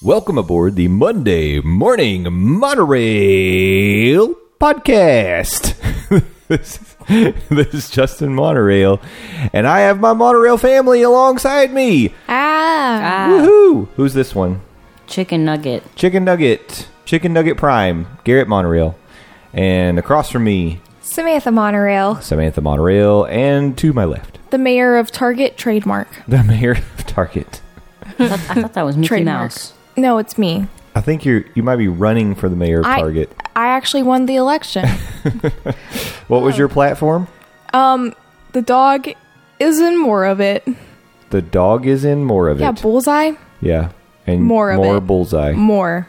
Welcome aboard the Monday Morning Monorail Podcast. this, is, this is Justin Monorail, and I have my monorail family alongside me. Ah, Woohoo! Who's this one? Chicken nugget. Chicken Nugget, Chicken Nugget Prime, Garrett Monorail. And across from me, Samantha Monorail, Samantha Monorail, and to my left, the mayor of Target trademark. the mayor of Target. I thought, I thought that was Mickey Trademark. Mouse. No, it's me. I think you you might be running for the mayor of I- Target. I actually won the election. What Oh. was your platform? Um, the dog is in more of it. The dog is in more of Yeah, it. bullseye, yeah, and More of more it. bullseye. more.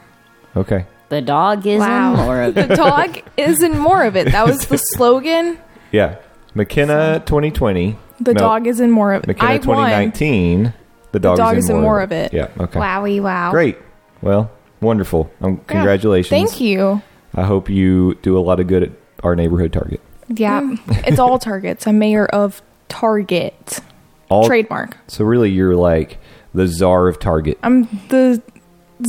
Okay. The dog is Wow. in more of The it. dog is in more of it. That was the slogan. Yeah. McKenna 2020. The No, dog is in more of it. McKenna I won. 2019. The dog, dog is, in, more of it. Yeah. Okay. Wowie wow. Great. Well, wonderful. Um, Yeah. congratulations. Thank you. I hope you do a lot of good at our neighborhood Target. Yeah, Mm. it's all Targets. I'm mayor of Target All trademark. So really, you're like the czar of Target. I'm the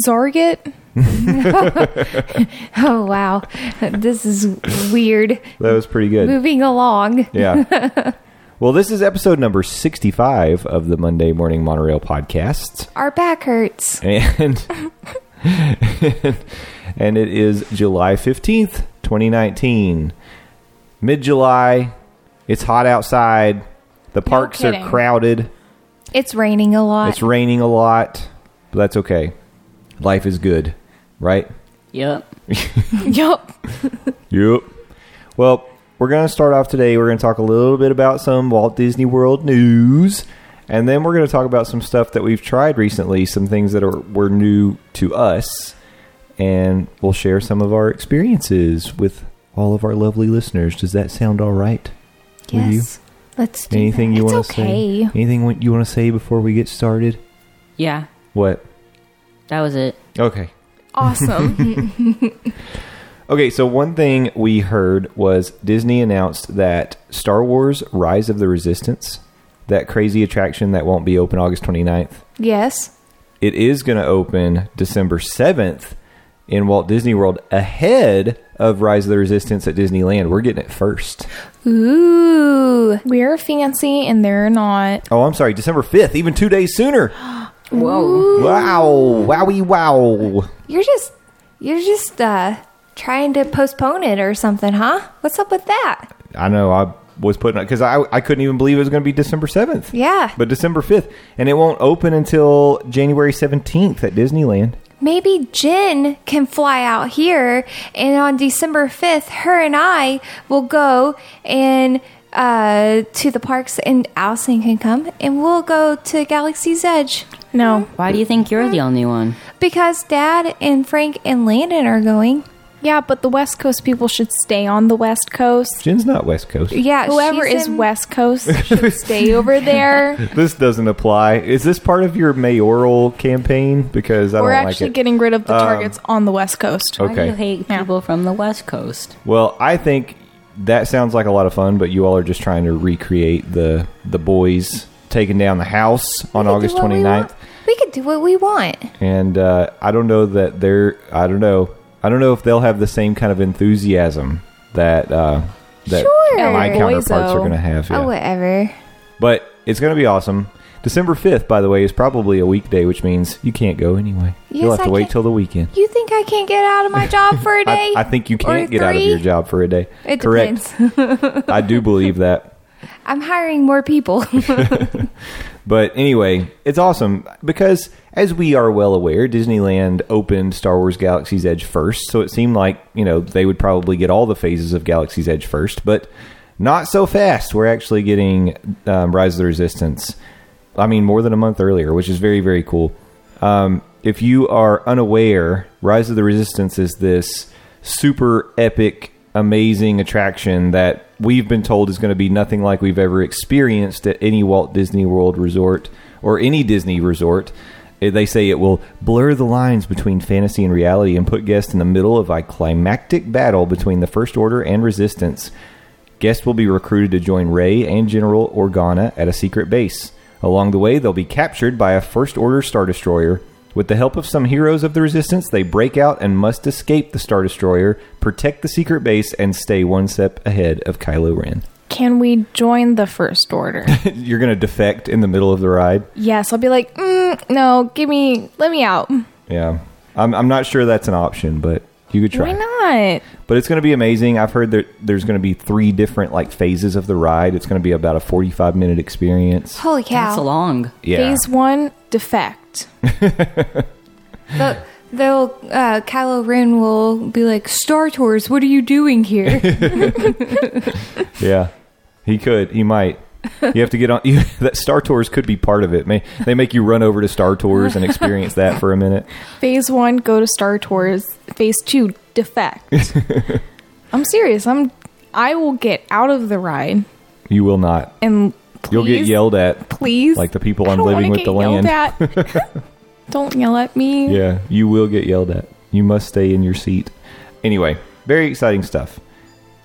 Zarget. Oh wow, this is weird. that was pretty good. Moving along, Yeah. well, this is episode number 65 of the Monday Morning Monorail podcast. our back hurts. and and it is July 15th, 2019. Mid-July. It's hot outside. The parks kidding. are crowded. It's raining a lot. It's raining a lot. But that's okay. Life is good, right? yep. yup. Yep. Well, we're going to start off today. We're going to talk a little bit about some Walt Disney World news, and then we're going to talk about some stuff that we've tried recently, some things that are were new to us, and we'll share some of our experiences with all of our lovely listeners. Does that sound all right? with you? yes. Let's do Anything that. you It's want to okay. say? Anything wa- you want to say before we get started? Yeah. What? That was it. Okay. Awesome. Okay, so one thing we heard was Disney announced that Star Wars Rise of the Resistance, that crazy attraction that won't be open August 29th, Yes. it is going to open December 7th in Walt Disney World ahead of Rise of the Resistance at Disneyland. We're getting it first. Ooh. We're fancy and they're not. Oh, I'm sorry, December 5th, even two days sooner. Whoa. Wow, wowie wow. You're just you're just uh trying to postpone it or something, huh? What's up with that? I know I was putting because I I couldn't even believe it was going to be December seventh. Yeah. but December fifth, and it won't open until January seventeenth at Disneyland. Maybe Jen can fly out here and on December 5th her and I will go and uh to the parks and Allison can come and we'll go to Galaxy's Edge. Mm-hmm. No. Why do you think you're the only one? Because Dad and Frank and Landon are going. Yeah, but the West Coast people should stay on the West Coast. Jen's not West Coast. Yeah, Whoever she's is in- West Coast should stay over there. This doesn't apply. Is this part of your mayoral campaign? Because I We're don't actually like it. Um, getting rid of the targets on the West Coast. Why do you okay. hate Yeah. people from the West Coast? Well, I think that sounds like a lot of fun, but you all are just trying to recreate the the boys taking down the house on We could do August what we 29th. want. We could do what we want. and uh, I don't know that they're. I don't know. I don't know if they'll have the same kind of enthusiasm that uh, that Sure. my Boys, counterparts are though. going to have. yeah. Oh, whatever. But it's going to be awesome. December fifth, by the way, is probably a weekday, which means you can't go anyway. You'll Yes, have to I wait can. till the weekend. You think I can't get out of my job for a I, day? I think you Or can't get out of three? your job for a day. It Correct. depends. I do believe that. I'm hiring more people. But anyway, it's awesome because, as we are well aware, Disneyland opened Star Wars Galaxy's Edge first. So it seemed like, you know, they would probably get all the phases of Galaxy's Edge first. But not so fast. We're actually getting um, Rise of the Resistance. I mean, more than a month earlier, which is very, very cool. Um, if you are unaware, Rise of the Resistance is this super epic, amazing attraction that we've been told is going to be nothing like we've ever experienced at any Walt Disney World resort or any Disney resort. Eh, They say it will blur the lines between fantasy and reality and put guests in the middle of a climactic battle between the First Order and Resistance. Guests will be recruited to join Rey and General Organa at a secret base. Along the way, they'll be captured by a First Order Star Destroyer. With the help of some heroes of the Resistance, they break out and must escape the Star Destroyer, protect the secret base, and stay one step ahead of Kylo Ren. Can we join the First Order? You're going to defect in the middle of the ride? yes, I'll be like, mm, no, give me, let me out. Yeah. I'm, I'm not sure that's an option, but you could try. Why not? But it's going to be amazing. I've heard that there's going to be three different like phases of the ride. It's going to be about a 45 minute experience. Holy That's cow. long. Yeah. Phase one, defect. The- They'll, uh, Kylo Ren will be like, Star Tours, what are you doing here? Yeah, he could. He might. You have to get on. You, that Star Tours could be part of it. May, they make you run over to Star Tours and experience that for a minute. Phase one, go to Star Tours. Phase two, defect. I'm serious. I'm. I will get out of the ride You will not. and please, You'll get yelled at. Please, like the people I on don't Living wanna with the get yelled at. don't yell at me. Yeah, you will get yelled at. You must stay in your seat. Anyway, very exciting stuff.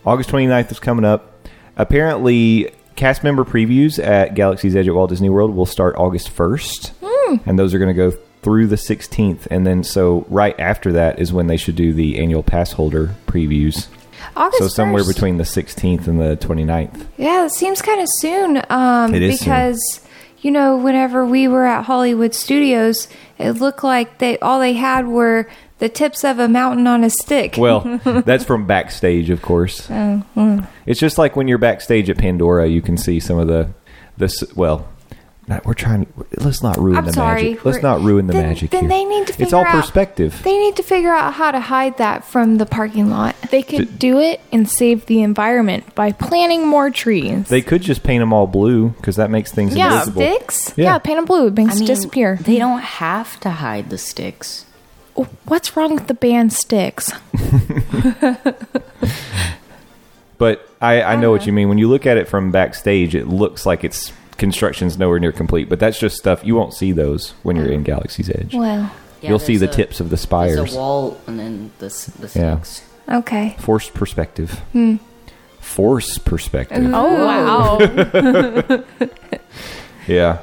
August 29th is coming up. Apparently, cast member previews at Galaxy's Edge at Walt Disney World will start August 1st. And those are going to go through the 16th. And then, so right after that is when they should do the annual pass holder previews. August so somewhere 1st. between the 16th and the 29th. Yeah, it seems kind of soon. Um, It is soon. because you know, whenever we were at Hollywood Studios, it looked like they all they had were the tips of a mountain on a stick. Well, that's from backstage, of course. Oh, It's just like when you're backstage at Pandora, you can see some of the this. Well, not, we're trying. Let's not ruin I'm the sorry. magic. Let's We're- not ruin the then- magic. then here. they need to It's all figure out- perspective. they need to figure out how to hide that from the parking lot. They could do it and save the environment by planting more trees. they could just paint them all blue because that makes things Yeah, invisible. Sticks? yeah. yeah. paint them blue. It makes I mean, it disappear. Oh, They don't have to hide the sticks. What's wrong with the band Sticks? But I, I know Uh-huh. what you mean. When you look at it from backstage, it looks like it's construction's nowhere near complete. But that's just stuff you won't see those when you're in Galaxy's Edge. Oh. Well, Yeah, You'll see the there's a- tips of the There's spires. a wall and then the, s- the Yeah. sticks. okay. Forced perspective. Force perspective. Oh wow! Yeah.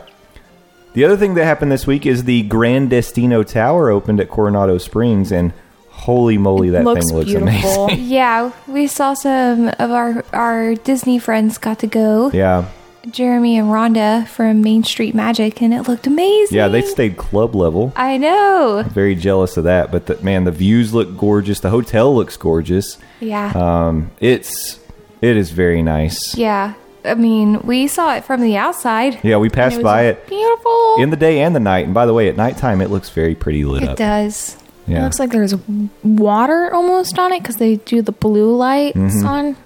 The other thing that happened this week is the Grandestino Tower opened at Coronado Springs, and holy moly, that looks thing looks beautiful. amazing. Yeah, we saw some of our our Disney friends got to go. yeah, Jeremy and Rhonda from Main Street Magic, and it looked amazing. yeah, they stayed club level. I know. Very jealous of that, but the, man, the views look gorgeous. The hotel looks gorgeous. Yeah. Um, it's it is very nice. Yeah. I mean, we saw it from the outside. Yeah, we passed was by it Beautiful. in the day and the night. And by the way, at nighttime, it looks very pretty lit it up. does. It Yeah, looks like there's water almost on it because they do the blue lights Mm-hmm. on.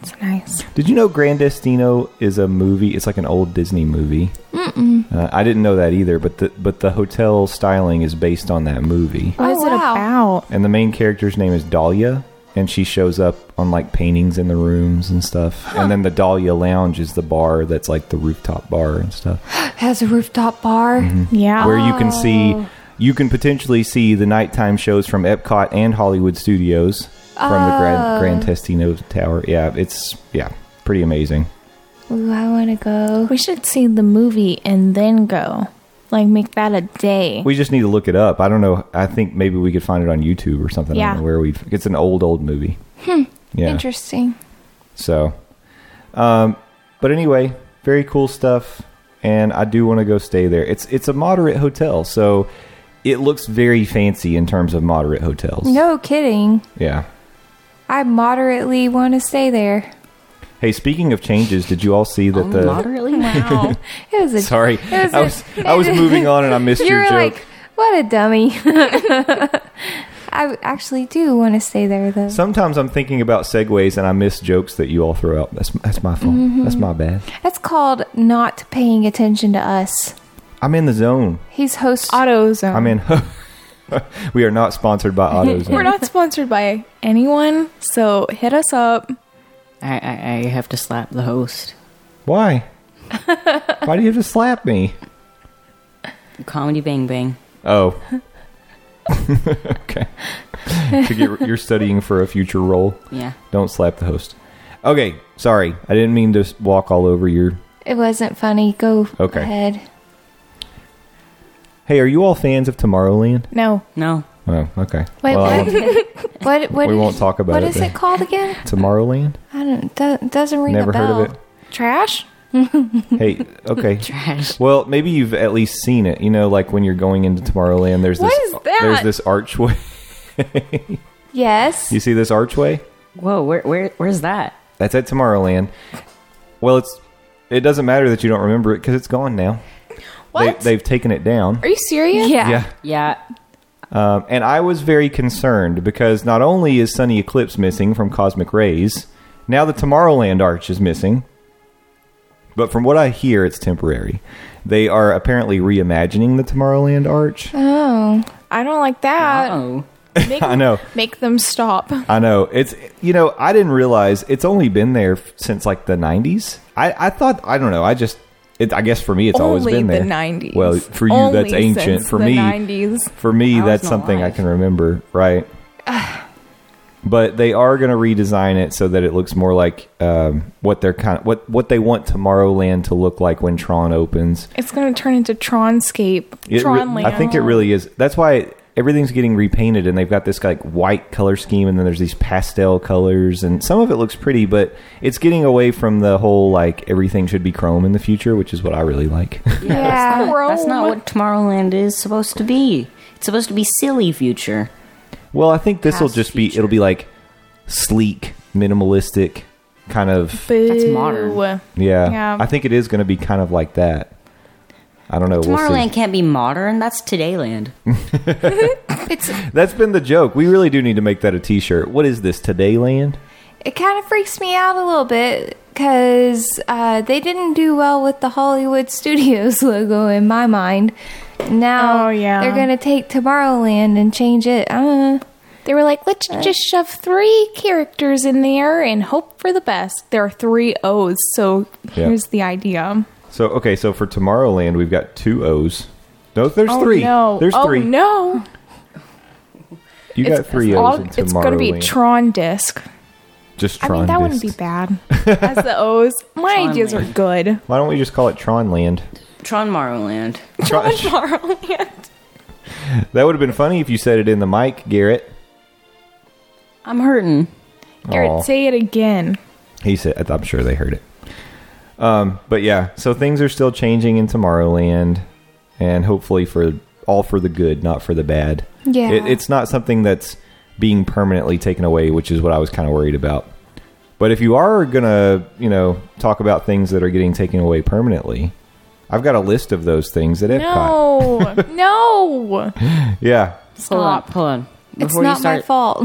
It's nice. Did you know Grandestino is a movie? It's like an old Disney movie. Mm-mm. Uh, I didn't know that either, but the but the hotel styling is based on that movie. What Oh, is it wow. about? And the main character's name is Dahlia, and she shows up on like paintings in the rooms and stuff. And then the Dahlia Lounge is the bar that's like the rooftop bar and stuff, It has a rooftop bar. Mm-hmm. Yeah. where you can see you can potentially see the nighttime shows from Epcot and Hollywood Studios from the Grand, Grand Testino Tower. Yeah, it's yeah, pretty amazing. Ooh, I want to go. We should see the movie and then go. Like make that a day. We just need to look it up. I don't know. I think maybe we could find it on YouTube or something. I Yeah. don't know where we. It's an old, old movie. Yeah. Hmm. Interesting. So, um, but anyway, very cool stuff, and I do want to go stay there. It's it's a moderate hotel, so it looks very fancy in terms of moderate hotels. No kidding. Yeah. I moderately want to stay there. Hey, speaking of changes, did you all see that I'm the moderately Wow. It was a, Sorry, It was I a- was I was moving on and I missed you your were joke. like, what a dummy. I actually do want to stay there though. Sometimes I'm thinking about segues and I miss jokes that you all throw out. That's that's my fault. Mm-hmm. That's my bad. That's called not paying attention to us. I'm in the zone. He's host. AutoZone. I'm in. we are not sponsored by AutoZone. We're not sponsored by anyone, so hit us up. I, I, I have to slap the host. Why? Why do you have to slap me? Comedy Bang Bang. Oh. okay. to get, you're studying for a future role. Yeah. Don't slap the host. Okay, sorry. I didn't mean to s- walk all over your. It wasn't funny. Go Okay. ahead. Hey, are you all fans of Tomorrowland? No. No. Oh, okay. Wait, Well, I what? won't- what? What? We won't talk about What it is then. it called again? Tomorrowland? I don't. Do, doesn't ring Never a bell. heard of it. Trash? Hey, okay. Trash. Well, maybe you've at least seen it. You know, like when you're going into Tomorrowland, there's What this is that? there's this archway. Yes. you see this archway? Whoa, where, where where's that? That's at Tomorrowland. Well, it's it doesn't matter that you don't remember it because it's gone now. What? They, they've taken it down. Are you serious? yeah. Yeah. Yeah. Um, and I was very concerned because not only is Sunny Eclipse missing from Cosmic Rays, now the Tomorrowland Arch is missing. But from what I hear, it's temporary. They are apparently reimagining the Tomorrowland Arch. Uh, Oh. I don't like that. Oh. Make, I know. Make them stop. I know. It's you know, I didn't realize it's only been there f- since like the 90s. I I thought I don't know. I just it, I guess for me it's always Only been there. the 90s. Well, for you Only that's ancient. since For the me 90s. for me I was that's not something I alive. can remember, right? but they are going to redesign it so that it looks more like um, what they're kind of what what they want Tomorrowland to look like when Tron opens. It's going to turn into Tronscape. It re- Tronland. I think it really is. That's why everything's getting repainted, and they've got this like white color scheme, and then there's these pastel colors, and some of it looks pretty, but it's getting away from the whole like everything should be chrome in the future, which is what I really like. Yeah. That's not what Tomorrowland is supposed to be. It's supposed to be silly future. well, I think this will Past just be future. it'll be like sleek, minimalistic, kind of. That's Boo. modern. Yeah, Yeah. I think it is going to be kind of like that. I don't know. Tomorrowland We'll see. can't be modern. That's Todayland. It's. That's been the joke. We really do need to make that a T-shirt. What is this? Todayland? It kind of freaks me out a little bit because uh, they didn't do well with the Hollywood Studios logo in my mind. Now Oh, yeah. they're gonna take Tomorrowland and change it. Uh, They were like, let's just shove three characters in there and hope for the best. There are three O's, so Yeah. here's the idea. So okay, so for Tomorrowland we've got two O's. No, there's Oh, three. No. There's oh, three. no. You got three all- O's in Tomorrowland. It's going to be Tron Disc. Just I Tron. mean, that wouldn't be discs. bad. As the O's, my Tron ideas are Land. good. Why don't we just call it Tronland? Tron Morrowland. Tron- that would have been funny if you said it in the mic, Garrett. I'm hurting. Aw. Garrett, say it again. He said, "I'm sure they heard it." Um, but yeah, so things are still changing in Tomorrowland, and hopefully for all for the good, not for the bad. Yeah. it, it's not something that's being permanently taken away, which is what I was kind of worried about. But if you are gonna, you know, talk about things that are getting taken away permanently, I've got a list of those things at Epcot. No. no. Yeah, Hold on, Stop. hold on. it's Before you not my start, fault.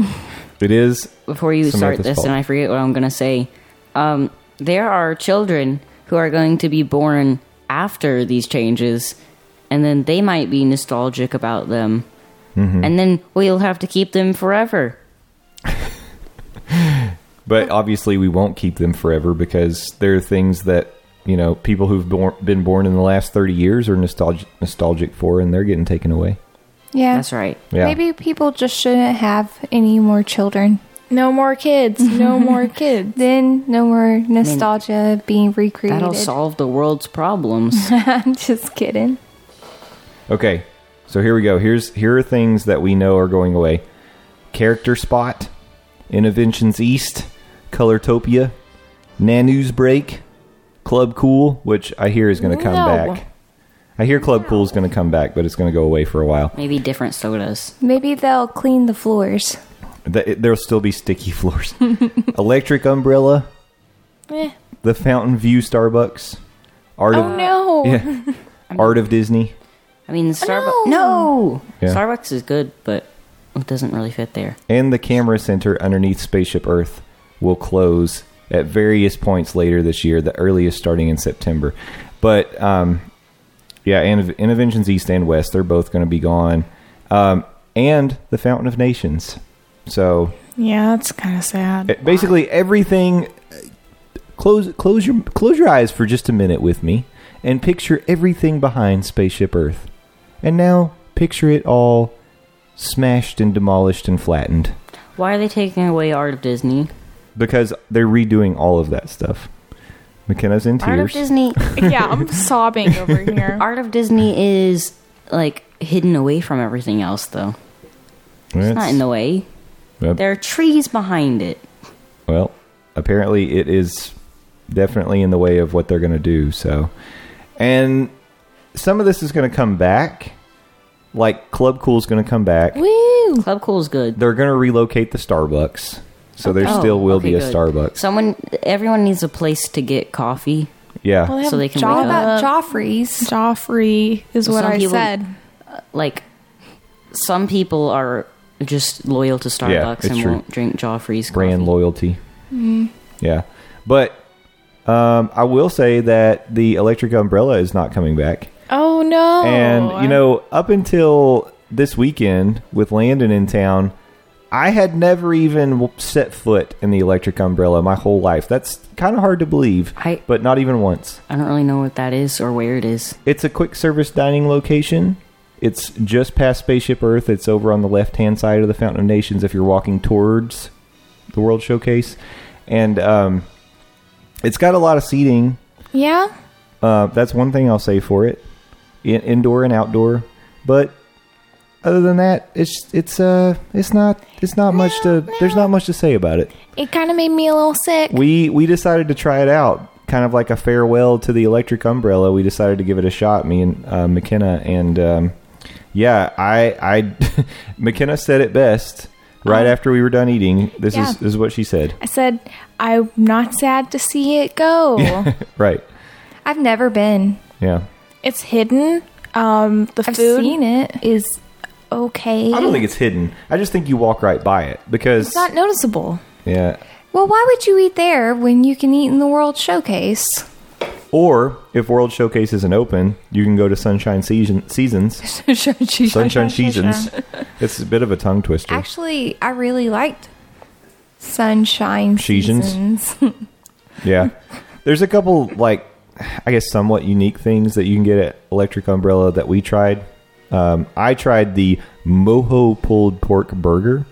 it is. before you Samantha's start this, fault. and I forget what I'm going to say, um, there are children who are going to be born after these changes, and then they might be nostalgic about them, and then we'll have to keep them forever. But obviously, we won't keep them forever because there are things that you know people who've bor- been born in the last thirty years are nostalgic nostalgic for, and they're getting taken away. Yeah, That's right. Yeah. Maybe people just shouldn't have any more children. No more kids. No more kids. Then no more nostalgia being recreated. That'll solve the world's problems. I'm just kidding. Okay, so here we go. Here's here are things that we know are going away. Character Spot, Innovations East, Colortopia, Nanu's Break, Club Cool, which I hear is going to come No. back. I hear Club Cool is going to come back, but it's going to go away for a while. Maybe different sodas. Maybe they'll clean the floors. Th- it- There'll still be sticky floors. Electric Umbrella, Eh. the Fountain View Starbucks, Art Oh of no. yeah, Art of Disney. I mean, Starbucks. No, No. Yeah. Starbucks is good, but it doesn't really fit there. and the camera center underneath Spaceship Earth will close at various points later this year, the earliest starting in September. But um, yeah, and Interventions East and West, they're both going to be gone. Um, and the Fountain of Nations. So Yeah, that's kind of sad. it- Eh, basically everything close close your close your eyes for just a minute with me and picture everything behind spaceship earth and now picture it all smashed and demolished and flattened Why are they taking away Art of Disney? because they're redoing all of that stuff. McKenna's in Art of tears. Disney. yeah, I'm sobbing over here. Art of Disney is like hidden away from everything else, though. It's not in the way. Yep. There are trees behind it. Well, apparently it is definitely in the way of what they're going to do. So, and some of this is going to come back. Like Club Cool's going to come back. Woo! Club Cool's good. They're going to relocate the Starbucks, so there Oh, still will be a okay, good. Starbucks. Someone, everyone needs a place to get coffee. Yeah, Well, they have So they can All wake Java- up. about Joffrey's. Joffrey is what Some I people- said. Like, some people are just loyal to Starbucks it's and true. won't drink Joffrey's coffee. brand loyalty. Mm-hmm. Yeah, but um, I will say that the electric umbrella is not coming back. Oh no! and you know up until this weekend with landon in town i had never even w- set foot in the electric umbrella my whole life that's kind of hard to believe I- but not even once I don't really know what that is or where it is. it's a quick service dining location it's just past spaceship earth it's over on the left hand side of the fountain of nations if you're walking towards the world showcase and um, it's got a lot of seating yeah, uh, that's one thing I'll say for it, in- indoor and outdoor. But other than that, it's it's uh it's not it's not much to there's not much to say about it. it kind of made me a little sick. We we decided to try it out, kind of like a farewell to the electric umbrella. We decided to give it a shot, me and uh, McKenna, and um, yeah, I I McKenna said it best right after we were done eating. This Oh. Yeah. is this is what she said. I said I'm not sad to see it go. Right? I've never been. Yeah. it's hidden. Um, the I've food seen it. is okay. I don't think it's hidden. I just think you walk right by it because it's not noticeable. yeah. Well, why would you eat there when you can eat in the World Showcase? Or if World Showcase isn't open, you can go to Sunshine Season, Seasons. Sunshine Seasons. It's a bit of a tongue twister. Actually, I really liked Sunshine Seasons. Seasons. yeah. There's a couple, like, I guess somewhat unique things that you can get at Electric Umbrella that we tried. Um, I tried the mojo pulled pork burger,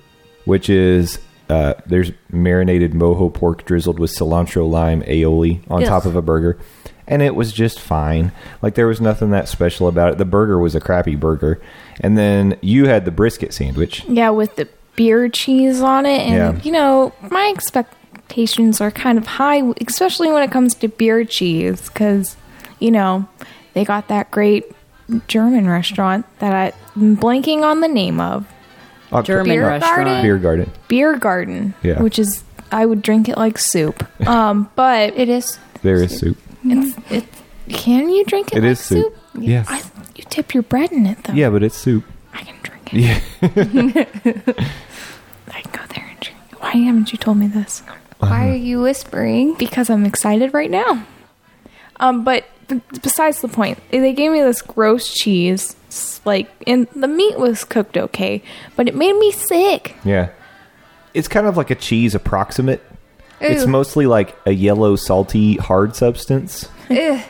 which is uh, there's marinated mojo pork drizzled with cilantro lime aioli on Yes. top of a burger. And it was just fine. Like, there was nothing that special about it. The burger was a crappy burger. And then you had the brisket sandwich. Yeah, with the beer cheese on it, and Yeah. you know my expectations are kind of high, especially when it comes to beer cheese, because you know they got that great German restaurant that I'm blanking on the name of, Octo- German Beer restaurant. garden? Uh, Beer garden. Beer Garden, Yeah. which is I would drink it like soup. Um, but It is. There is soup. it's, it's can you drink it? It like is soup. Yes. I, you dip your bread in it though. Yeah, but it's soup. I can drink it. Yeah. I can go there and drink. it. Why haven't you told me this? Uh-huh. Why are you whispering? because I'm excited right now. Um, but b- besides the point, they gave me this gross cheese, s- like, and the meat was cooked okay, but it made me sick. Yeah. It's kind of like a cheese approximate. It's Ooh. mostly like a yellow, salty, hard substance. Ugh.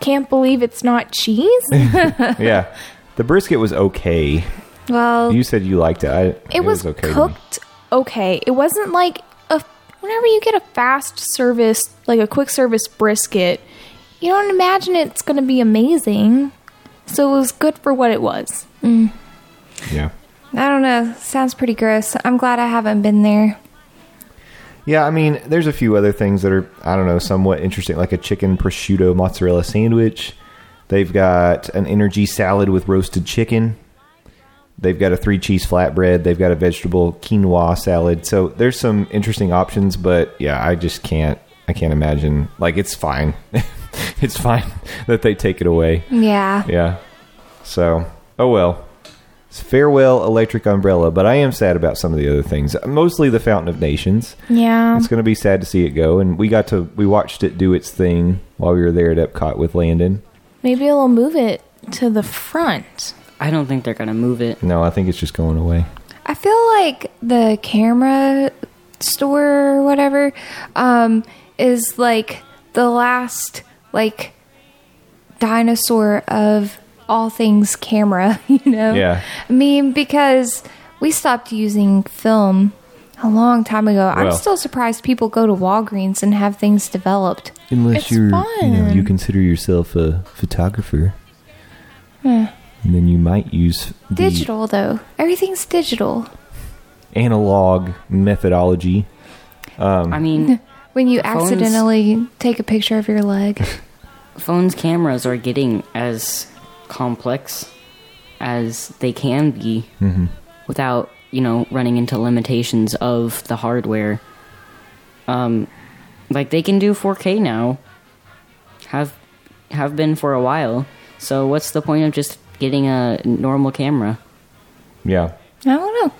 Can't believe it's not cheese. yeah. The brisket was okay. Well, You said you liked it. I, it, It was okay. to me. cooked okay. It wasn't like a whenever you get a fast service, like a quick service brisket, you don't imagine it's going to be amazing. So it was good for what it was. Yeah. I don't know. Sounds pretty gross. I'm glad I haven't been there. Yeah, I mean, there's a few other things that are, I don't know, somewhat interesting, like a chicken prosciutto mozzarella sandwich. They've got an energy salad with roasted chicken. They've got a three cheese flatbread. They've got a vegetable quinoa salad. So there's some interesting options, but yeah, I just can't. I can't imagine. Like it's fine. it's fine that they take it away. Yeah. Yeah. So, oh well. It's farewell electric umbrella, but I am sad about some of the other things. Mostly the Fountain of Nations. Yeah. It's going to be sad to see it go and we got to we watched it do its thing while we were there at Epcot with Landon. Maybe it'll move it to the front. I don't think they're gonna move it. No, I think it's just going away. I feel like the camera store or whatever um, is like the last like dinosaur of all things camera, you know? Yeah. I mean, because we stopped using film a long time ago. I'm Well. still surprised people go to Walgreens and have things developed. Unless It's you're, you know, fun. you consider yourself a photographer. Hmm. And then you might use Digital though. Everything's digital. analog methodology. I mean, When you phones- accidentally take a picture of your leg. phones cameras are getting as complex as they can be without you know running into limitations of the hardware um like they can do 4k now have have been for a while so what's the point of just getting a normal camera Yeah. I don't know.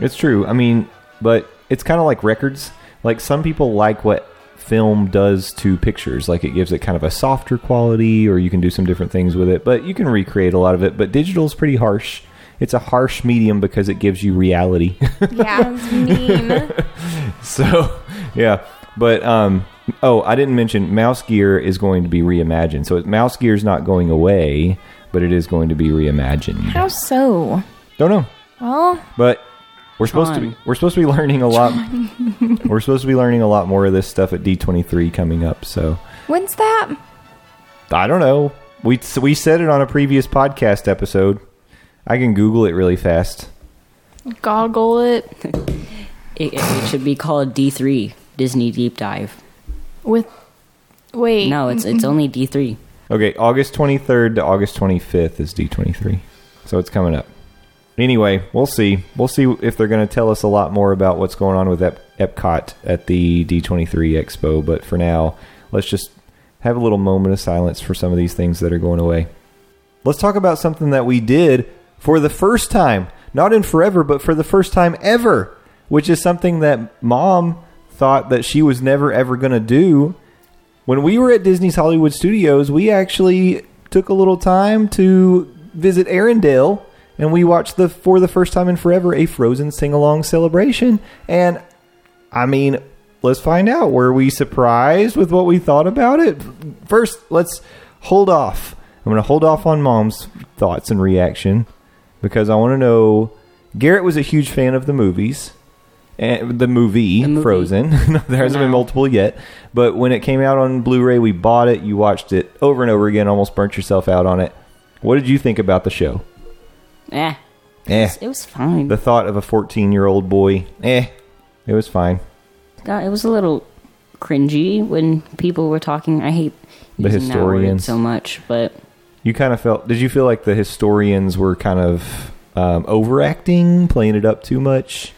It's true. I mean, but it's kind of like records. Like some people like what film does to pictures. Like it gives it kind of a softer quality, or you can do some different things with it. But you can recreate a lot of it. But digital is pretty harsh. It's a harsh medium because it gives you reality. Yeah. That's mean. so yeah, but um, oh, I didn't mention Mouse Gear is going to be reimagined. So it- Mouse Gear is not going away, but it is going to be reimagined. How so? Don't know. Well, But we're supposed to be Trying. we're supposed to be learning a lot. we're supposed to be learning a lot more of this stuff at D twenty three coming up. So When's that? I don't know. We we said it on a previous podcast episode. I can Google it really fast. goggle it it, it- it should be called d3 disney deep dive with. Wait. no it's it's only d3 Okay, August twenty third to August twenty fifth is D twenty three. So it's coming up. Anyway, we'll see. We'll see if they're going to tell us a lot more about what's going on with Ep- Epcot at the D23 Expo. But for now, let's just have a little moment of silence for some of these things that are going away. Let's talk about something that we did for the first time, not in forever, but for the first time ever, which is something that mom thought that she was never ever going to do. When we were at Disney's Hollywood Studios, we actually took a little time to visit Arendelle and we watched the for the first time in forever a Frozen sing-along celebration and I mean, let's find out. Were we surprised with what we thought about it? First, let's hold off. I'm going to hold off on mom's thoughts and reaction because I want to know. Garrett was a huge fan of the movies, and the movie, The movie. Frozen. there hasn't been multiple yet, but when it came out on Blu-ray, we bought it. You watched it over and over again, almost burnt yourself out on it. What did you think about the show? eh Eh, it was fine the thought of a 14-year-old boy. Eh, it was fine. Uh, it was a little cringy when people were talking. I hate The using that word historians. so much, but You kind of felt. Did you feel like the historians were kind of um, overacting, playing it up too much?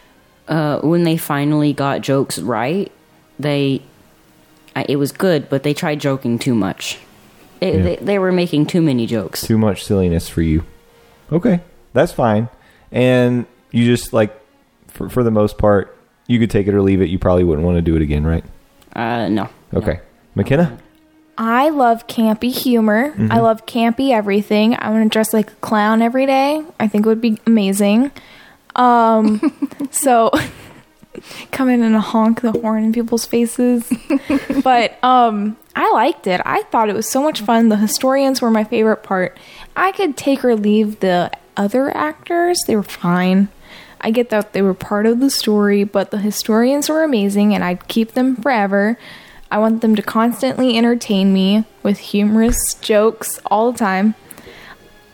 uh, when they finally got jokes right, they I, it was good, but they tried joking too much. It, Yeah. they, they were making too many jokes. Too much silliness for you? Okay, that's fine. And you just like, for for the most part, you could take it or leave it. You probably wouldn't want to do it again, right? Uh, no. Okay, McKenna. I love campy humor. I love campy everything. I want to dress like a clown every day. I think it would be amazing. Um, so come in and honk the horn in people's faces. but um, I liked it. I thought it was so much fun. The historians were my favorite part. I could take or leave the other actors, they were fine. I get that they were part of the story, but the historians were amazing and I'd keep them forever. I want them to constantly entertain me with humorous jokes all the time.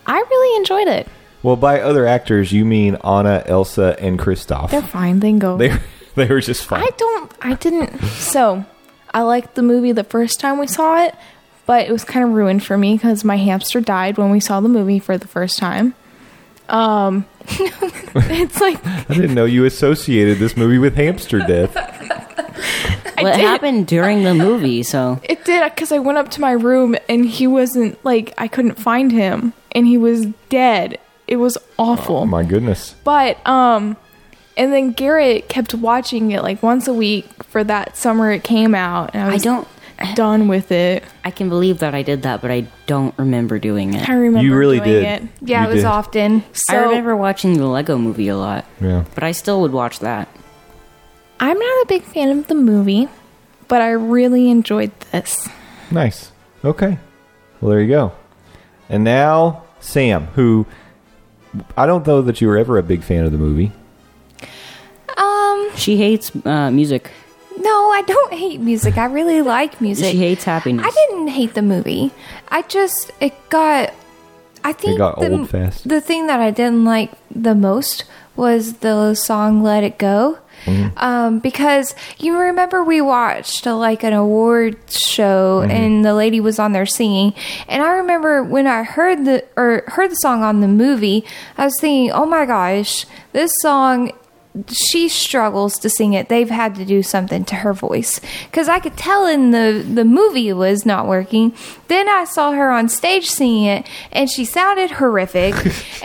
I really enjoyed it. Well, by other actors, you mean Anna, Elsa, and Kristoff. They're fine. They can go. They they were just fine. I don't. I didn't. So, I liked the movie the first time we saw it, but it was kind of ruined for me because my hamster died when we saw the movie for the first time. Um, it's like I didn't know you associated this movie with hamster death. I Well, it did. happened during the movie, so It did because I went up to my room and he wasn't like I couldn't find him and he was dead. It was awful. Oh My goodness. But um and then Garrett kept watching it like once a week for that summer it came out and I I was don't. done with it. I can believe that I did that, but I don't remember doing it. I remember You really doing did. it. Yeah, You it was did. often. I So- remember watching the Lego movie a lot, Yeah. but I still would watch that. I'm not a big fan of the movie, but I really enjoyed this. Nice. Okay. Well, there you go. And now Sam, who I don't know that you were ever a big fan of the movie. Um, She hates uh, music. no, I don't hate music. I really like music. She hates happiness. I didn't hate the movie. I just it got. I think got the, old fast. The thing that I didn't like the most was the song "Let It Go," Mm-hmm. um, because you remember we watched uh, like an award show Mm-hmm. and the lady was on there singing, and I remember when I heard the or heard the song on the movie, I was thinking, "Oh my gosh, this song she struggles to sing it. They've had to do something to her voice because I could tell in the the movie it was not working. Then I saw her on stage singing it, and she sounded horrific.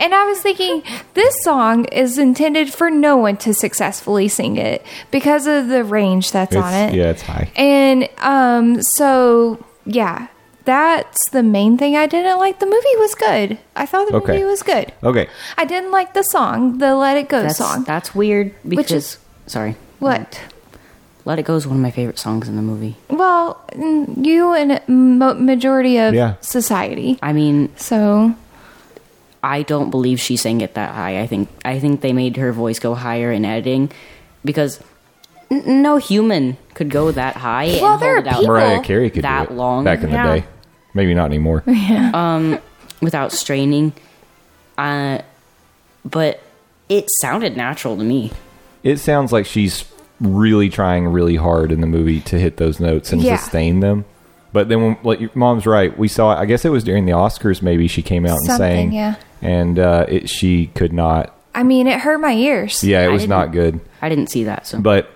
and I was thinking, this song is intended for no one to successfully sing it because of the range that's on It's- it. yeah, it's high. And um, so yeah, that's the main thing I didn't like. The movie was good. I thought the Okay. movie was good. Okay. I didn't like the song, the "Let It Go" that's, song. That's weird because. is- sorry. what? Let It Go is one of my favorite songs in the movie. Well, mm, you and mo- majority of Yeah. society. I mean, So I don't believe she sang it that high. I think I think they made her voice go higher in editing because n- no human could go that high. and Well, there hold it are out people- Mariah Carey could that do it long. back in Yeah. the day. Maybe not anymore. Um, without straining. Uh, but it sounded natural to me. It sounds like she's really trying really hard in the movie to hit those notes and Yeah. sustain them. But then, when, like your mom's right, we saw. I guess it was during the Oscars. Maybe she came out and Something, sang, yeah. and uh, it, she could not. I mean, it hurt my ears. Yeah, it I was not good. I didn't see that. So But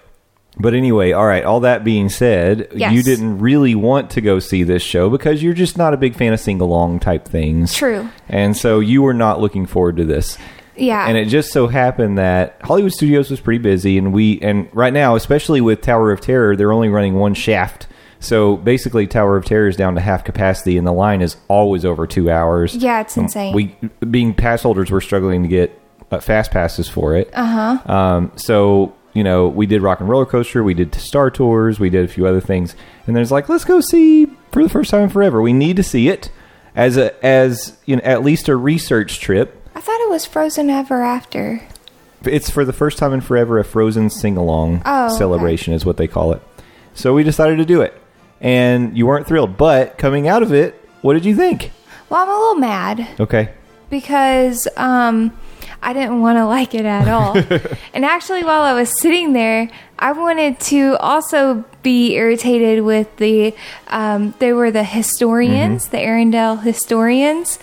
but anyway, all right. All that being said, Yes. you didn't really want to go see this show because you're just not a big fan of sing along type things. True. Ah. And so you were not looking forward to this. Yeah. And it just so happened that Hollywood Studios was pretty busy, and we and right now, especially with Tower of Terror, they're only running one shaft. So basically, Tower of Terror is down to half capacity, and the line is always over two hours. Yeah, it's insane. Mm. We being pass holders, we're struggling to get uh, fast passes for it. Uh Uh-huh. huh. Um, so you know, we did Rock and Roller Coaster, we did Star Tours, we did a few other things, and there's like, let's go see for the first time in forever. We need to see it as a as you know at least a research trip I thought it was Frozen Ever After. it's for the first time in forever a frozen sing along Oh, okay. celebration is what they call it. So we decided to do it. And you weren't thrilled, but coming out of it, what did you think? Well, I'm a little mad Okay. because um, I didn't want to like it at all. and actually, while I was sitting there, I wanted to also be irritated with the. Um, they were the historians, the Arendelle historians,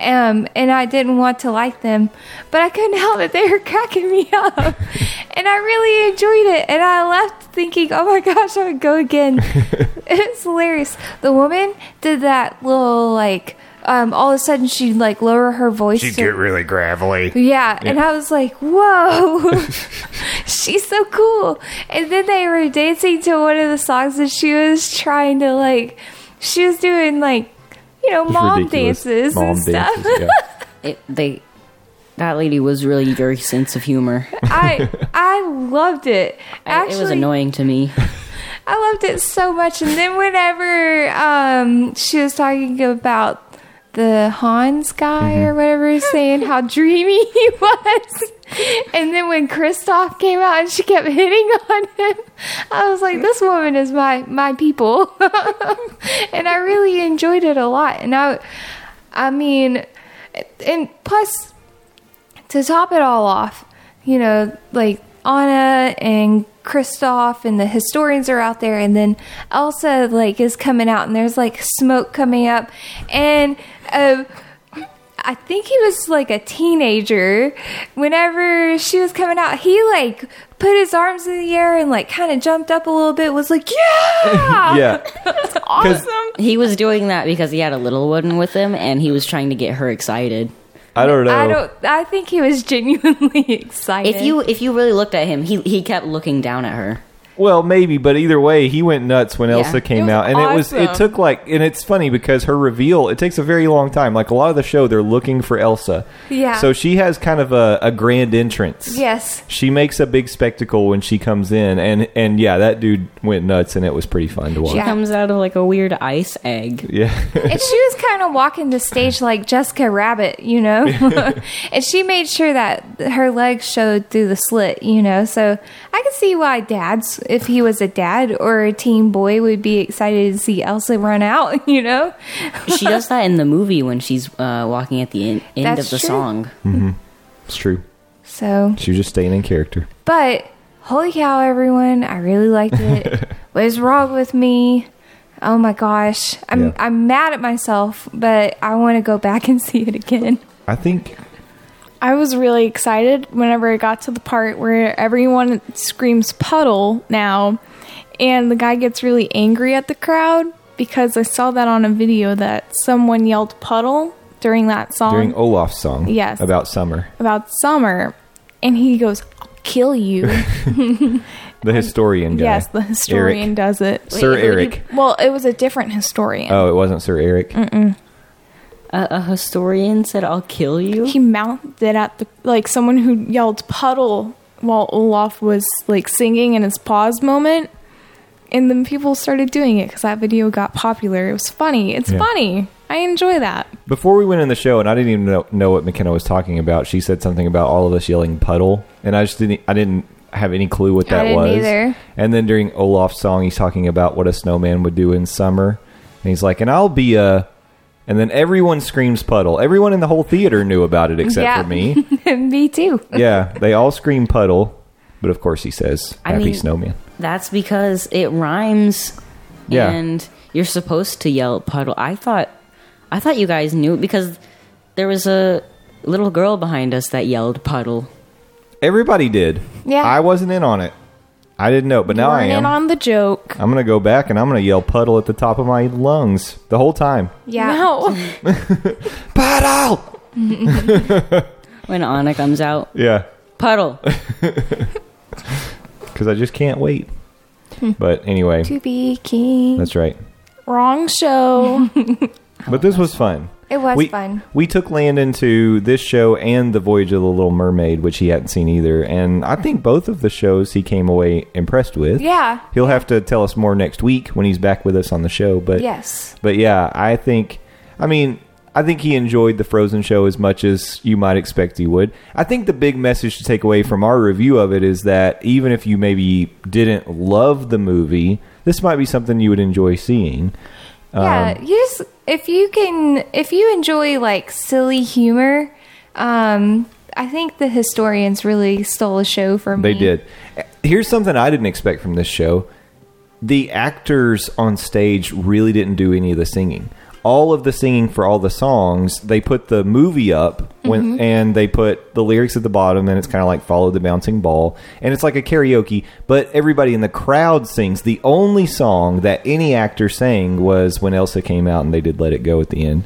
um, and I didn't want to like them, but I couldn't help it. They were cracking me up, and I really enjoyed it. And I left thinking, "Oh my gosh, I would go again." it's hilarious. The woman did that little like. Um, all of a sudden, she'd like lower her voice. She'd get really gravelly. Yeah, and I was like, "Whoa, she's so cool!" And then they were dancing to one of the songs, and she was trying to like, she was doing like, you know, It's mom ridiculous. dances Mom and stuff. dances, yeah. it, they that lady was really very sense of humor. I I loved it. I- Actually, it was annoying to me. I loved it so much. And then whenever um, she was talking about the Hans guy or whatever, saying how dreamy he was, and then when Kristoff came out and she kept hitting on him, I was like, "This woman is my my people," and I really enjoyed it a lot. And I, I mean, and plus to top it all off, you know, like Anna and Kristoff and the historians are out there, and then Elsa like is coming out, and there's like smoke coming up, and uh, I think he was like a teenager. Whenever she was coming out, he like put his arms in the air and like kind of jumped up a little bit. Was like, yeah, Yeah. Because He was doing that because he had a little one with him, and he was trying to get her excited. I don't know. I don't. I think he was genuinely excited. If you if you really looked at him, he he kept looking down at her. Well, maybe, but either way, he went nuts when Elsa came was out, and it was it awesome. took like, and it's funny because her reveal it takes a very long time. Like a lot of the show, they're looking for Elsa. Yeah. So she has kind of a, a grand entrance. yes, She makes a big spectacle when she comes in, and and yeah, that dude went nuts, and it was pretty fun to watch. She Yeah. comes out of like a weird ice egg. Yeah. and she was kind of walking the stage like Jessica Rabbit, you know. and she made sure that her legs showed through the slit, you know. So I could see why dads, if he was a dad or a teen boy, would be excited to see Elsa run out, you know. She does that in the movie when she's uh, walking at the en- end That's of the true. song. it's true. So She was just staying in character. But holy cow, everyone! I really liked it. what is wrong with me? Oh my gosh, I'm Yeah. I'm mad at myself, but I want to go back and see it again. I think. I was really excited whenever it got to the part where everyone screams puddle now, and the guy gets really angry at the crowd because I saw that on a video that someone yelled puddle during that song During Olaf's song, Um, Yes. about summer, about summer, and he goes, I'll kill you. the historian guy. Um, yes, the historian Eric. does it. Sir Wait, who Eric. did Well, it was a different historian. oh, it wasn't Sir Eric. A, a historian said, "I'll kill you." He mounted at the, like, someone who yelled puddle while Olaf was, like, singing in his pause moment. And then people started doing it because that video got popular. It was funny. It's Yeah. funny. I enjoy that. Before we went in the show, and I didn't even know, know what McKenna was talking about. She said something about all of us yelling "puddle," and I just didn't. I didn't have any clue what that didn't was. either. And then during Olaf's song, he's talking about what a snowman would do in summer, and he's like, "And I'll be a." And then everyone screams "puddle." Everyone in the whole theater knew about it except Yeah. for me. me too. yeah, they all scream "puddle," but of course he says I "happy mean- snowman." That's because it rhymes. Yeah. And you're supposed to yell puddle. I thought I thought you guys knew because there was a little girl behind us that yelled puddle. Everybody did. Yeah. I wasn't in on it. I didn't know, but now I Weren't am. in on the joke. I'm gonna go back and I'm gonna yell "puddle" at the top of my lungs the whole time. Yeah, No. Puddle. When Anna comes out, Yeah, puddle. because I just can't wait. Hmm. but anyway, to be king. that's right. Wrong show. But this was fun. It was we, fun. We took Landon to this show and the Voyage of the Little Mermaid, which he hadn't seen either, and I think both of the shows he came away impressed with. Yeah. he'll have to tell us more next week when he's back with us on the show. But Yes. But yeah, I think, I mean, I think he enjoyed the Frozen show as much as you might expect he would. I think the big message to take away from our review of it is that even if you maybe didn't love the movie, this might be something you would enjoy seeing. Um, yeah, you just if you can if you enjoy like silly humor, um, I think the historians really stole a show from They me. did. Here's something I didn't expect from this show. The actors on stage really didn't do any of the singing. All of the singing for all the songs, they put the movie up when and they put the lyrics at the bottom and it's kind of like follow the bouncing ball and it's like a karaoke, but everybody in the crowd sings. The only song that any actor sang was when Elsa came out and they did Let It Go at the end.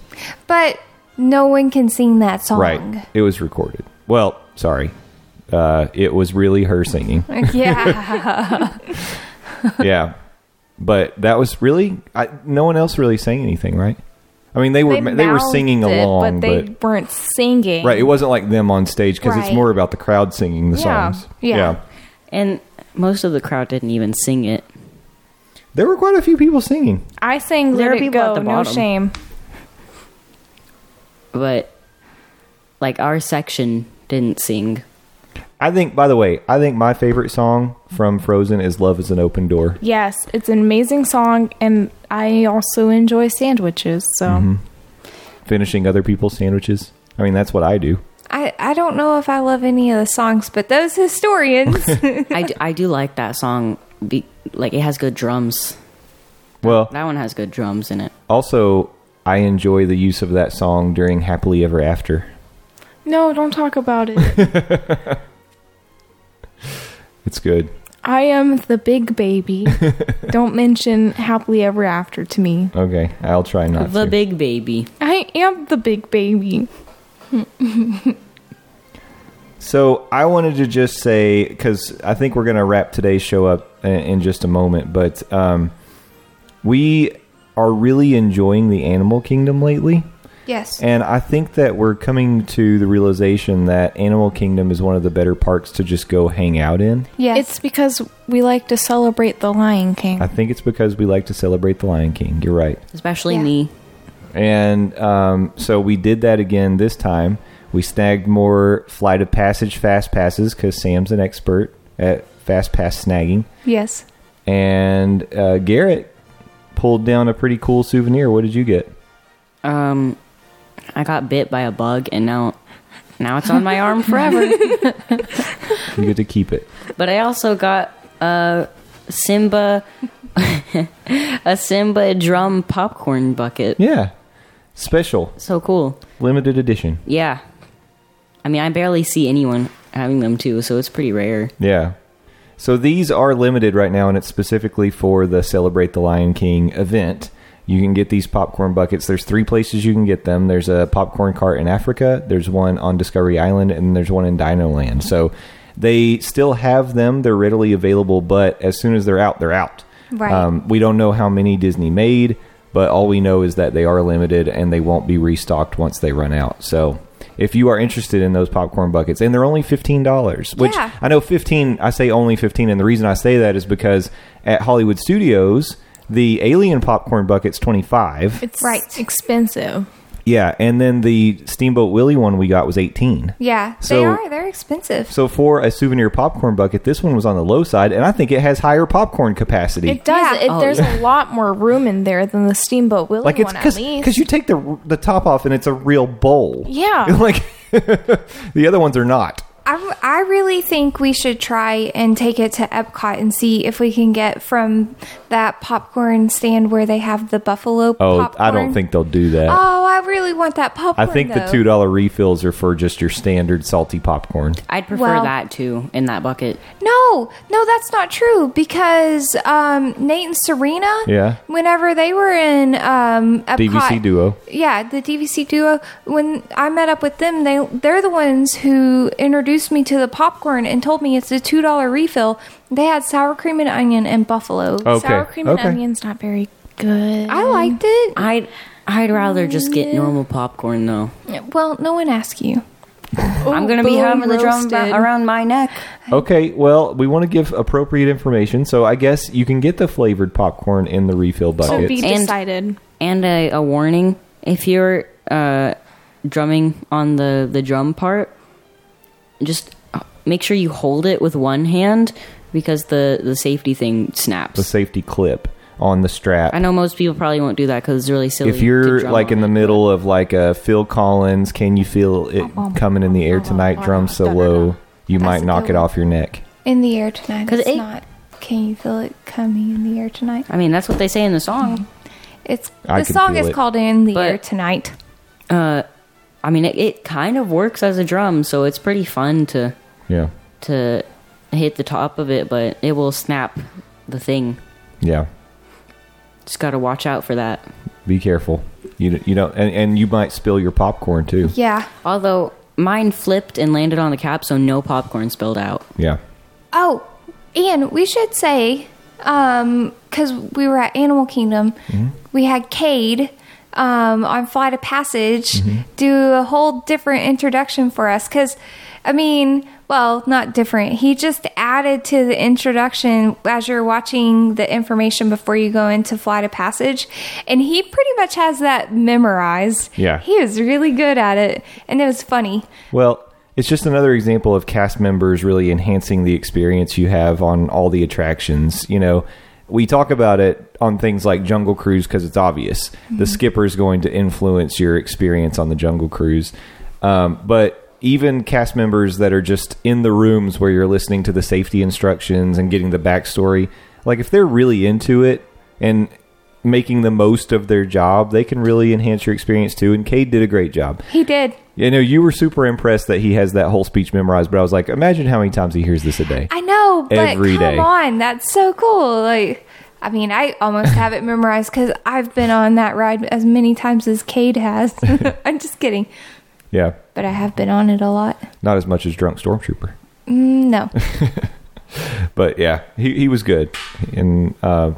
but no one can sing that song. Right. It was recorded. Well, sorry. Uh, it was really her singing. Yeah. yeah, but that was really I, no one else really sang anything, right? I mean, they were they, were mouthed singing it, along, but but, they weren't singing. right, it wasn't like them on stage because it's Right. more about the crowd singing the Yeah, songs. yeah. and most of the crowd didn't even sing it. there were quite a few people singing. I sang "Let There are It people at Go." the No bottom. shame. But like our section didn't sing. I think, by the way, I think my favorite song from Frozen is "Love Is an Open Door." Yes, it's an amazing song, and I also enjoy sandwiches. So Mm-hmm. Finishing other people's sandwiches. I mean, that's what I do. I, I don't know if I love any of the songs, but those historians. I do, I do like that song. Be, like it has good drums. Well, That one has good drums in it. also I enjoy the use of that song during Happily Ever After. No, don't talk about it. It's good. I am the big baby. Don't mention happily ever after to me. Okay, I'll try not the to. big baby. I am the big baby. So I wanted to just say because I think we're going to wrap today's show up in, in just a moment, but um, we are really enjoying the animal kingdom lately, Yes. and I think that we're coming to the realization that Animal Kingdom is one of the better parks to just go hang out in. yes. It's because we like to celebrate the Lion King. I think it's because we like to celebrate the Lion King. You're right. Especially Yeah. me. And um, so we did that again this time. We snagged more Flight of Passage fast passes because Sam's an expert at fast pass snagging. yes. And uh, Garrett pulled down a pretty cool souvenir. What did you get? Um, I got bit by a bug, and now, now it's on my arm forever. You get to keep it. But I also got a Simba, a Simba drum popcorn bucket. Yeah. Special, So cool. limited edition. Yeah. I mean, I barely see anyone having them too, so it's pretty rare. Yeah. So these are limited right now, and it's specifically for the Celebrate the Lion King event. You can get these popcorn buckets. There's three places you can get them. There's a popcorn cart in Africa, there's one on Discovery Island, and there's one in Dino Land. So they still have them. They're readily available, but as soon as they're out, they're out. Um, Right. we don't know how many Disney made, but all we know is that they are limited and they won't be restocked once they run out. So if you are interested in those popcorn buckets, and they're only $15, which Yeah. I know 15, I say only 15, and the reason I say that is because at Hollywood Studios, the alien popcorn bucket's 25. It's Right. expensive. yeah, and then the Steamboat Willie one we got was 18. Yeah. So- they are. They're expensive. So for a souvenir popcorn bucket, this one was on the low side, and I think it has higher popcorn capacity. It does. Yeah. It, there's a lot more room in there than the Steamboat Willie Oh, like it's one, at because least. you take the the top off and it's a real bowl. Yeah. like the other ones are not. I, I really think we should try and take it to Epcot and see if we can get from that popcorn stand where they have the buffalo. Oh, popcorn. I don't think they'll do that. Oh, I really want that I popcorn. think the though. two dollar refills are for just your standard salty popcorn. I'd prefer Well- that too in that bucket. No, no, that's not true because um, Nate and Serena, Yeah. whenever they were in um, Epcot, DVC duo. yeah, the DVC duo. When I met up with them, they they're the ones who introduced me to the popcorn and told me it's a two dollar refill. They had sour cream and onion and buffalo. Okay. Sour cream okay. and onion's not very good. I liked it. I'd I'd rather just get normal popcorn though. well, no one asked you. I'm gonna be boom, having the drum roasted. ba- around my neck. Okay, well, we want to give appropriate information, so I guess you can get the flavored popcorn in the refill to bucket. be And- decided. And a, a warning: if you're uh, drumming on the the drum part, just uh, make sure you hold it with one hand because the the safety thing the snaps. safety clip on the strap. I know most people probably won't do that because it's really silly. If to you're drum like in on the it. middle of like a Phil Collins, can you feel it coming in the air tonight? Drum solo, you might a knock good it one. off your neck. In the air tonight. 'Cause It's it- not. Can you feel it coming in the air tonight? I mean, that's what they say in the song. It's I the can song feel is it. called "In the But- Air Tonight." Uh, I mean, it, it kind of works as a drum, so it's pretty fun to Yeah, to hit the top of it, but it will snap the thing. yeah. Just gotta watch out for that. Be careful. You d- you don't, and, and you might spill your popcorn too. Yeah. Although mine flipped and landed on the cap, so no popcorn spilled out. Yeah, Oh, and we should say, because we were at Animal Kingdom, we had Cade um, on Flight of Passage do a whole different introduction for us. Because, I mean, well, not different. He just added to the introduction as you're watching the information before you go into Flight of Passage. And he pretty much has that memorized. Yeah. He was really good at it. And it was funny. Well, it's just another example of cast members really enhancing the experience you have on all the attractions. You know, we talk about it on things like Jungle Cruise because it's obvious. The skipper is going to influence your experience on the Jungle Cruise. Um, but even cast members that are just in the rooms where you're listening to the safety instructions and getting the backstory, like if they're really into it and making the most of their job, they can really enhance your experience too. And Cade did a great job. He did. You know, you were super impressed that he has that whole speech memorized, but I was like, imagine how many times he hears this a day. I know, but Every come day. on, that's so cool. Like, I mean, I almost have it memorized because I've been on that ride as many times as Cade has. I'm just kidding, yeah, but I have been on it a lot. not as much as drunk stormtrooper, No, but yeah, he he was good. And uh,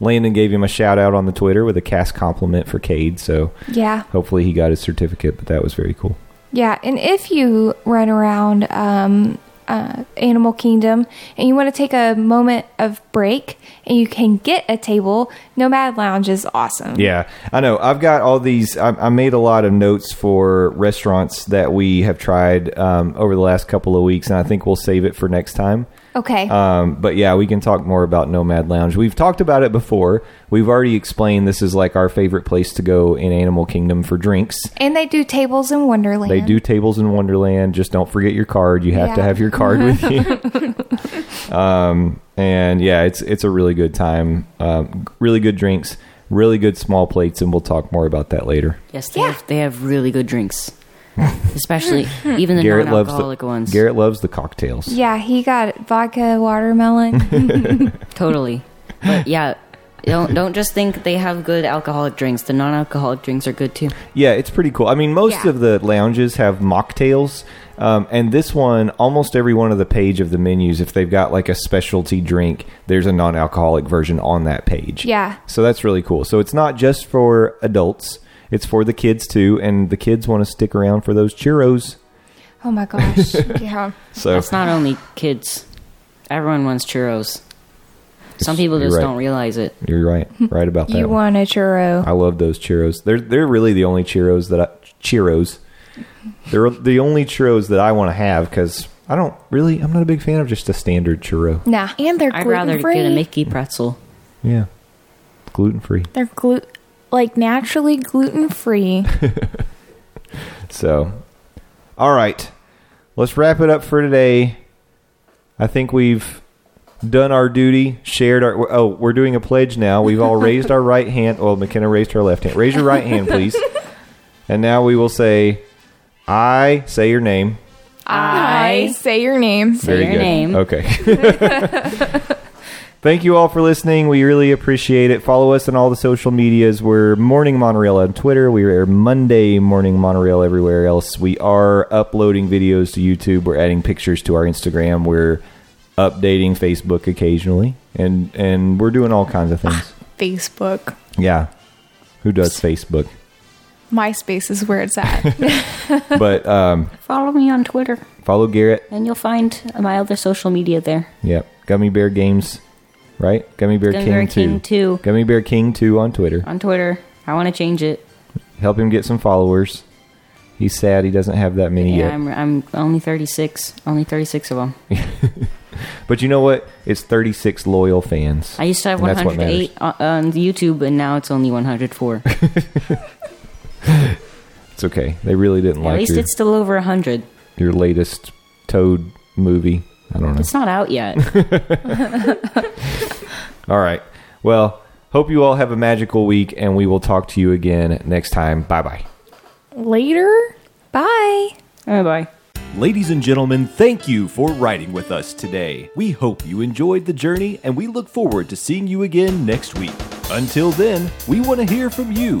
Landon gave him a shout out on the Twitter with a cast compliment for Cade. So yeah, hopefully he got his certificate. But that was very cool. yeah. And if you run around um, uh, Animal Kingdom and you want to take a moment of break, and you can get a table, Nomad Lounge is awesome. Yeah, I know. I've got all these. I, I made a lot of notes for restaurants that we have tried um, over the last couple of weeks, and I think we'll save it for next time. Okay. Um, but yeah, we can talk more about Nomad Lounge. We've talked about it before. We've already explained this is like our favorite place to go in Animal Kingdom for drinks. and they do tables in Wonderland. They do tables in Wonderland. Just don't forget your card. You have to Yeah. have your card with you. um, and yeah, it's it's a really good time. Um, really good drinks. Really good small plates, and we'll talk more about that later. Yes, they, have, they have really good drinks, especially even the Garrett loves non-alcoholic the ones. Garrett loves the cocktails. Yeah, he got vodka, watermelon. Totally. But yeah, don't don't just think they have good alcoholic drinks. The non-alcoholic drinks are good too. Yeah, it's pretty cool. I mean, most Yeah. of the lounges have mocktails, um, and this one, almost every one of the page of the menus, if they've got like a specialty drink, there's a non-alcoholic version on that page. Yeah. so that's really cool. So it's not just for adults; it's for the kids too, and the kids want to stick around for those churros. oh my gosh. Yeah. So That's not only kids. Everyone wants churros. Some people you're just right. don't realize it. you're right, right about that. You one. want a churro. I love those churros. They're they're really the only churros that I churros. They're the only churros that I want to have because I don't really. I'm not a big fan of just a standard churro. Nah. And they're I'd rather gluten get a free. Mickey pretzel. Yeah, gluten free. They're gluten like naturally gluten free. So, all right, let's wrap it up for today. I think we've done our duty. Shared our. Oh, we're doing a pledge now. We've all raised our right hand. Well, McKenna raised her left hand. Raise your right hand, please. And now we will say, "I say your name." I say your name. Very your good. name. Okay. Thank you all for listening. We really appreciate it. Follow us on all the social medias. We're Morning Monorail on Twitter. We are Monday Morning Monorail everywhere else. We are uploading videos to YouTube. We're adding pictures to our Instagram. We're updating Facebook occasionally, and and we're doing all kinds of things. Facebook. Yeah, who does Facebook? MySpace is where it's at. But um, Follow me on Twitter, follow Garrett. and you'll find my other social media there. Yep, Gummy Bear Games, right? Gummy Bear Gummy King Bear Two. King 2. Gummy Bear King Two on Twitter. On Twitter, I want to change it. help him get some followers. He's sad he doesn't have that many Yeah, yet. I'm, I'm only 36. Only 36 of them. But you know what? It's 36 loyal fans. I used to have And that's what 108 on, on YouTube, and now it's only 104. It's okay. They really didn't At like least your, it's still over 100. your latest Toad movie. I don't know. It's not out yet. All right. Well, hope you all have a magical week, and we will talk to you again next time. Bye bye. Later. Bye. bye bye. Ladies and gentlemen, thank you for riding with us today. We hope you enjoyed the journey and we look forward to seeing you again next week. Until then, we want to hear from you.